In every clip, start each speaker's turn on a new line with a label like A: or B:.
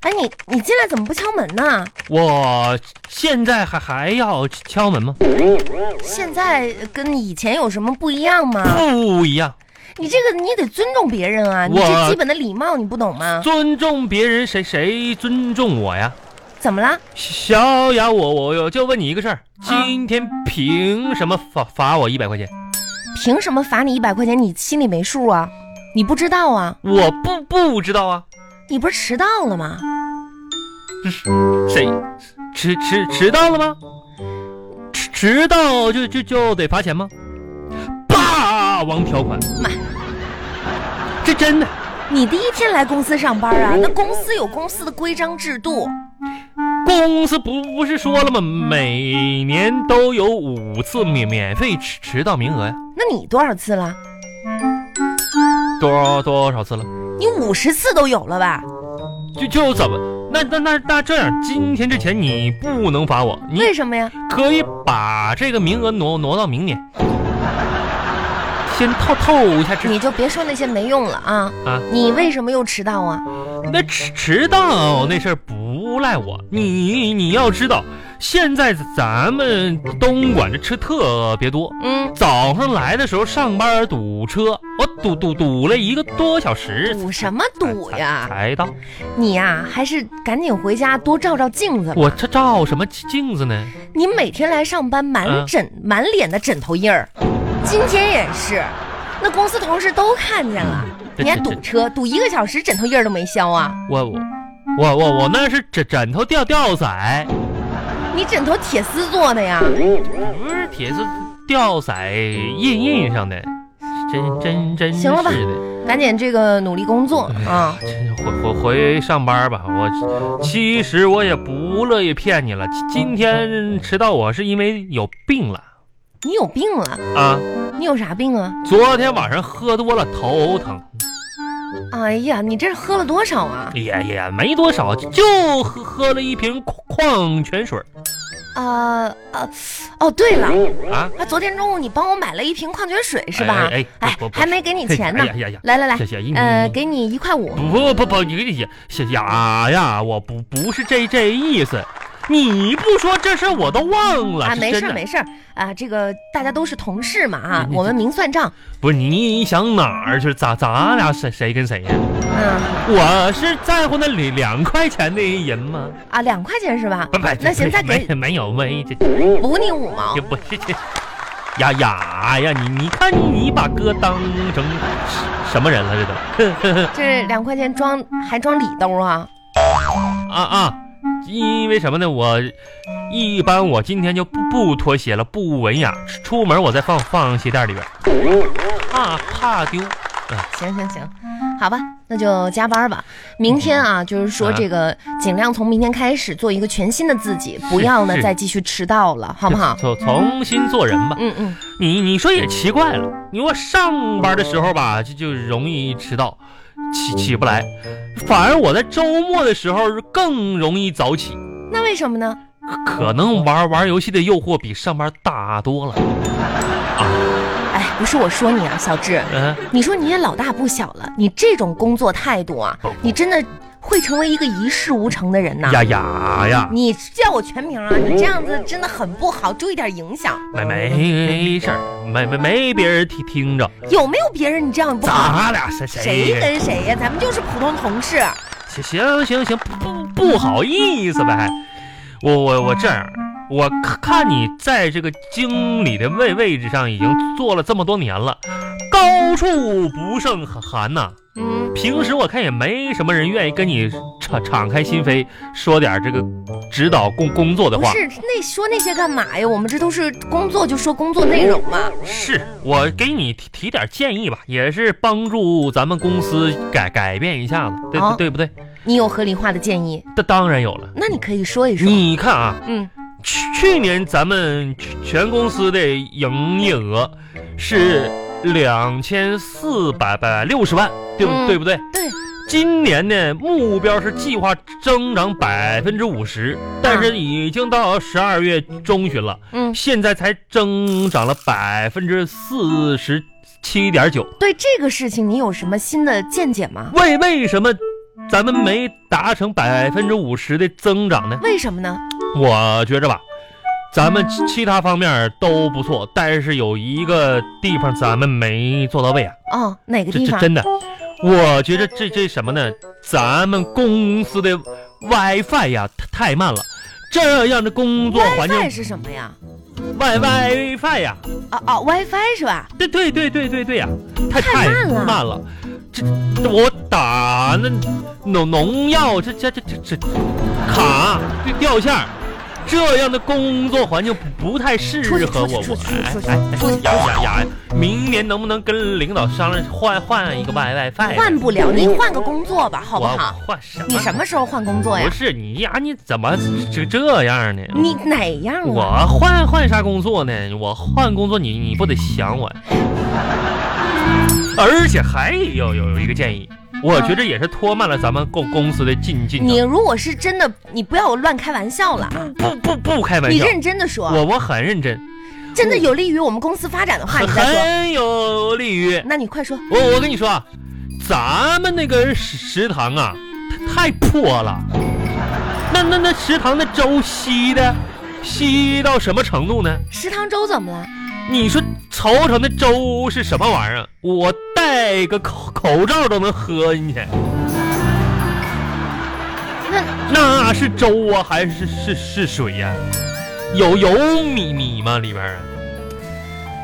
A: 哎在怎么不敲门呢？
B: 我现在还还要敲门吗？
A: 现在跟以前有什么不一样吗？
B: 不一样，
A: 你这个你得尊重别人啊，你
B: 我
A: 这基本的礼貌你不懂吗？
B: 尊重别人，谁谁尊重我呀？
A: 怎么了？
B: 小雅，我我我就问你一个事儿，
A: 啊
B: 今天凭什么罚罚我一百块钱？
A: 凭什么罚你一百块钱？你心里没数啊？你不知道啊？
B: 我不不知道啊，
A: 你不是迟到了吗？
B: 谁迟迟迟到了吗？迟迟到就就就得罚钱吗？霸王条款，
A: 妈，
B: 这真的。
A: 你第一天来公司上班啊？那公司有公司的规章制度，
B: 公司不不是说了吗？每年都有五次免免费迟迟到名额呀，
A: 那你多少次了？
B: 多少多少次了？
A: 你五十次都有了吧？
B: 就就怎么？那那那那这样，今天之前你不能罚我，你
A: 为什么呀？
B: 可以把这个名额挪挪到明年，先透透一下这
A: 你就别说那些没用了啊！
B: 啊。
A: 你为什么又迟到啊？
B: 那迟迟到那事儿不赖我，你你要知道，现在咱们东莞这车特别多，
A: 嗯，
B: 早上来的时候上班堵车，我堵堵堵了一个多小时，
A: 堵什么堵呀？
B: 才到。
A: 你呀、还是赶紧回家多照照镜子吧。
B: 我这照什么镜子呢？
A: 你每天来上班满
B: 嗯
A: 枕、满脸的枕头印儿，今天也是，那公司同事都看见了。嗯
B: 这
A: 你还
B: 这
A: 堵
B: 嗯这
A: 车，堵一个小时，枕头印儿都没消啊！
B: 我我我我我那是枕枕头吊吊色，
A: 你枕头铁丝做的呀？
B: 不是铁丝吊色印印上的，真真真
A: 行了吧
B: 是的。
A: 赶紧这个努力工作
B: 哎
A: 啊！
B: 真是回回回上班吧，我其实我也不乐意骗你了。今今天迟到我是因为有病了
A: 你有病啊？
B: 啊！
A: 你有啥病啊？
B: 昨天晚上喝多了头疼，
A: 哎呀，你这是喝了多少啊？
B: 也也没多少，就喝喝了一瓶矿矿泉水
A: 啊啊！哦，对了，
B: 啊，
A: 啊，昨天中午你帮我买了一瓶矿泉水是吧？
B: 哎哎哎不不
A: 还没给你钱呢
B: 哎。呀呀呀，
A: 来来来
B: 谢，谢你。
A: 呃，给你一块五。
B: 不不不，你呀小雅呀，我不不是这这意思，你不说这事儿我都忘了。
A: 啊，
B: 是
A: 没
B: 真
A: 事儿
B: 的嗯
A: 没事儿啊，这个大家都是同事嘛啊
B: 你，你
A: 我们明算账。
B: 不是你想哪儿去？咋咱俩谁谁跟谁呀、
A: 嗯
B: 我是在乎那两两块钱的人吗？
A: 啊，两块钱是吧
B: 不不，？
A: 那行，再给
B: 没没有没这
A: 补你五毛
B: 这。不是这呀呀呀！你你看你把哥当成什么人了？这都
A: 这两块钱装还装里兜啊？
B: 啊啊！因为什么呢？我一般我今天就不不脱鞋了，不文雅，出门我再放放鞋垫里边，怕怕丢。
A: 行行行，好吧，那就加班吧。明天啊，就是说
B: 啊
A: 这个尽量从明天开始做一个全新的自己，不要呢
B: 是
A: 再继续迟到了，好不好？
B: 重重新做人吧。
A: 嗯嗯，
B: 你你说也奇怪了，你我上班的时候吧，就就容易迟到，起起不来，反而我在周末的时候更容易早起，
A: 那为什么呢？
B: 可能玩玩游戏的诱惑比上班大多了。
A: 哎，不是我说你啊，小智，
B: 嗯、
A: 你说你也老大不小了，你这种工作态度啊
B: 不，
A: 你真的会成为一个一事无成的人呐、
B: 呀呀呀，
A: 你叫我全名啊，你这样子真的很不好，注意点影响。
B: 没没事儿，没没没别人听听着，
A: 有没有别人你这样不好？
B: 咱俩谁
A: 谁
B: 谁
A: 跟谁呀、咱们就是普通同事。
B: 行行行行，不不不好意思呗，我我我这样。我看看你在这个经理的位位置上已经做了这么多年了，高处不胜寒呐、
A: 嗯，
B: 平时我看也没什么人愿意跟你敞敞开心扉，说点这个指导工工作的
A: 不
B: 话。
A: 是那说那些干嘛呀？我们这都是工作，就说工作内容嘛。
B: 是我给你提提点建议吧，也是帮助咱们公司改改变一下子，对、
A: 好
B: 对不对？
A: 你有合理化的建议，
B: 这当然有了。
A: 那你可以说一说。
B: 你看啊，
A: 嗯，
B: 去去年咱们全全公司的营业额是两千四百百六十万，对不、
A: 嗯
B: 对不对？
A: 对。
B: 今年呢，目标是计划增长百分之五十，但是已经到十二月中旬了，
A: 嗯，
B: 现在才增长了百分之四十七点九。
A: 对这个事情你有什么新的见解吗？
B: 为为什么咱们没达成百分之五十的增长呢？
A: 为什么呢？
B: 我觉着吧，咱们其其他方面都不错，但是有一个地方咱们没做到位啊，
A: 哦，哪个
B: 这
A: 地
B: 这
A: 方？
B: 真的，我觉着这这什么呢？咱们公司的 WiFi 呀太太慢了，这样的工作环境
A: WiFi 是什么呀？
B: ，Wi WiFi 呀，
A: 啊啊，WiFi 是吧？
B: 对对对对对对呀、太
A: 太慢了
B: 慢了，这这我打那农农药，这这这这这卡就掉线儿，这样的工作环境不不太适
A: 出去
B: 合我。
A: 出去出
B: 我
A: 去
B: 哎
A: 出去
B: 哎
A: 出去
B: 哎，雅雅雅，明年能不能跟领导商量换换一个 Wi WiFi？
A: 换不了，你换个工作吧，好
B: 哎我
A: 不好？？
B: 我换什么？
A: 你什么时候换工作呀
B: 不？是你呀，你怎么这这样呢？
A: 你哪样
B: 我
A: 啊？
B: 换换啥工作呢？我换工作你你不得想我？ 而且还有有有一个建议，我觉着也是拖慢了咱们公公司的进进
A: 你
B: 程。
A: 如果是真的，你不要乱开玩笑了啊！
B: 不不不开玩
A: 你
B: 笑，
A: 认真的说，
B: 嗯我我很认真，
A: 真的有利于我们公司发展的话，
B: 很
A: 你再说。
B: 很有利于
A: 那你快说，
B: 我我跟你说啊，咱们那个食食堂啊，它太破了。那那那食堂的粥稀的，稀到什么程度呢？
A: 食堂粥怎么了？
B: 你说瞅瞅那粥是什么玩意儿？我戴个口口罩都能喝进去，
A: 那
B: 那是粥啊还是是是水呀、有有米米吗里边儿啊？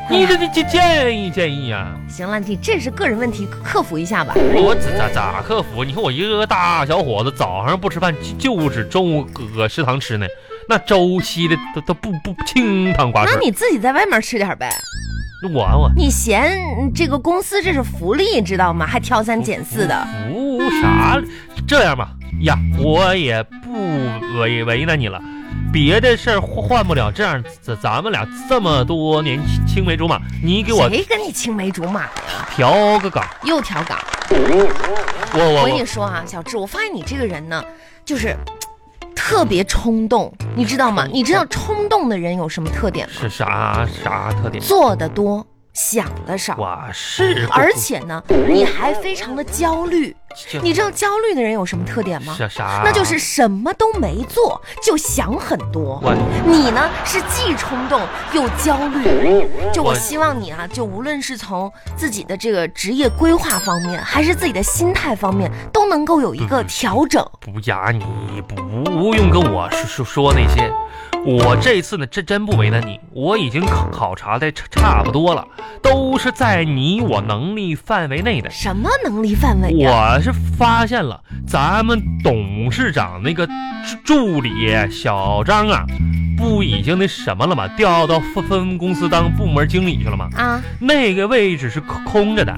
B: 你这这这建议建议啊！
A: 行了，你这是个人问题，克服一下吧。
B: 我咋咋咋克服？你看我一个个大小伙子，早上不吃饭就就只中午搁食堂吃呢，那粥稀的都都不不清汤寡
A: 那
B: 水。
A: 你自己在外面吃点呗。
B: 我我
A: 你嫌嗯这个公司这是福利，知道吗？还挑三拣四的。
B: 服务哦啥？这样吧，呀，我也不为为难你了。别的事儿换不了，这样咱咱们俩这么多年青梅竹马，你给我
A: 谁跟你青梅竹马？
B: 调个岗，
A: 又调岗。
B: 我我
A: 我跟你
B: 我
A: 说啊，小智，我发现你这个人呢，就是嘖特别冲动，你知道
B: 哦
A: 吗？你知道冲动的人有什么特点吗？
B: 是啥啥特点？
A: 做的多，想的少，
B: 我是，
A: 而且呢，你还非常的焦虑。
B: 这
A: 你知道焦虑的人有什么特点吗？
B: 啥啥？
A: 那就是什么都没做就想很多。
B: 我
A: 你呢是既冲动又焦虑，就我
B: 我
A: 希望你啊，就无论是从自己的这个职业规划方面，还是自己的心态方面，都能够有一
B: 嗯
A: 个调整。
B: 不呀，你不用跟我说说说那些。我这次呢，真真不为难你，我已经考考察的差差不多了，都是在你我能力范围内的。
A: 什么能力范围呀、
B: 我是发现了，咱们董事长那个助助理小张啊，不已经那什么了吗？调到分分公司当部门经理去了吗？
A: 啊？
B: 那个位置是空空着的，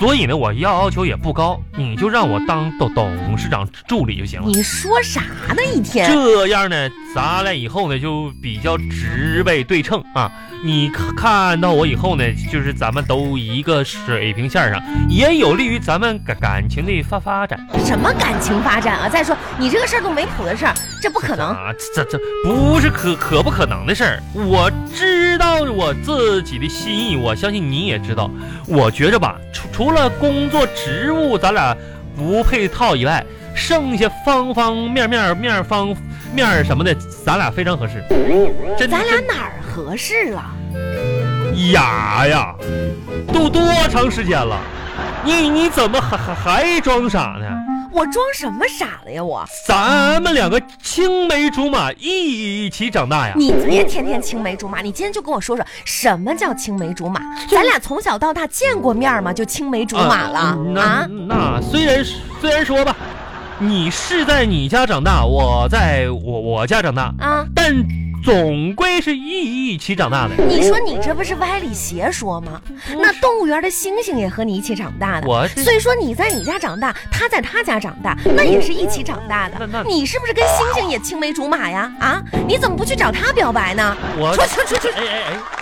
B: 所以呢，我要求也不高，你就让我当董董事长助理就行了。
A: 你说啥呢？一天
B: 这样呢，咱俩以后呢就比较直呗对称啊。你看看到我以后呢，就是咱们都一个水平线上，也有利于咱们感感情的发发展。
A: 什么感情发展啊？再说你这个事儿都没谱的事儿，这不可能。
B: 啊，这这这不是可可不可能的事儿。我知道我自己的心意，我相信你也知道。我觉着吧，除除了工作职务咱俩不配套以外，剩下方方面面面方面儿什么的，咱俩非常合适。真
A: 咱俩
B: 真
A: 哪儿合适了？
B: 哑呀，都多长时间了？你你怎么还还还装傻呢？
A: 我装什么傻了呀？我，
B: 咱们两个青梅竹马一起长大呀！
A: 你别天天青梅竹马，你今天就跟我说说什么叫青梅竹马？咱俩从小到大见过面吗？就青梅竹马了
B: 嗯那
A: 啊？
B: 那虽然虽然说吧，你是在你家长大，我在我我家长大，
A: 啊！
B: 但总归是一一起长大的。
A: 你说你这不是歪理邪说吗？那动物园的猩猩也和你一起长大的，
B: 嗯我是嗯
A: 所以说你在你家长大，他在他家长大，那也是一起长大的
B: 那那。
A: 你是不是跟猩猩也青梅竹马呀？啊，你怎么不去找他表白呢？
B: 我
A: 出去出去出去！
B: 哎哎哎，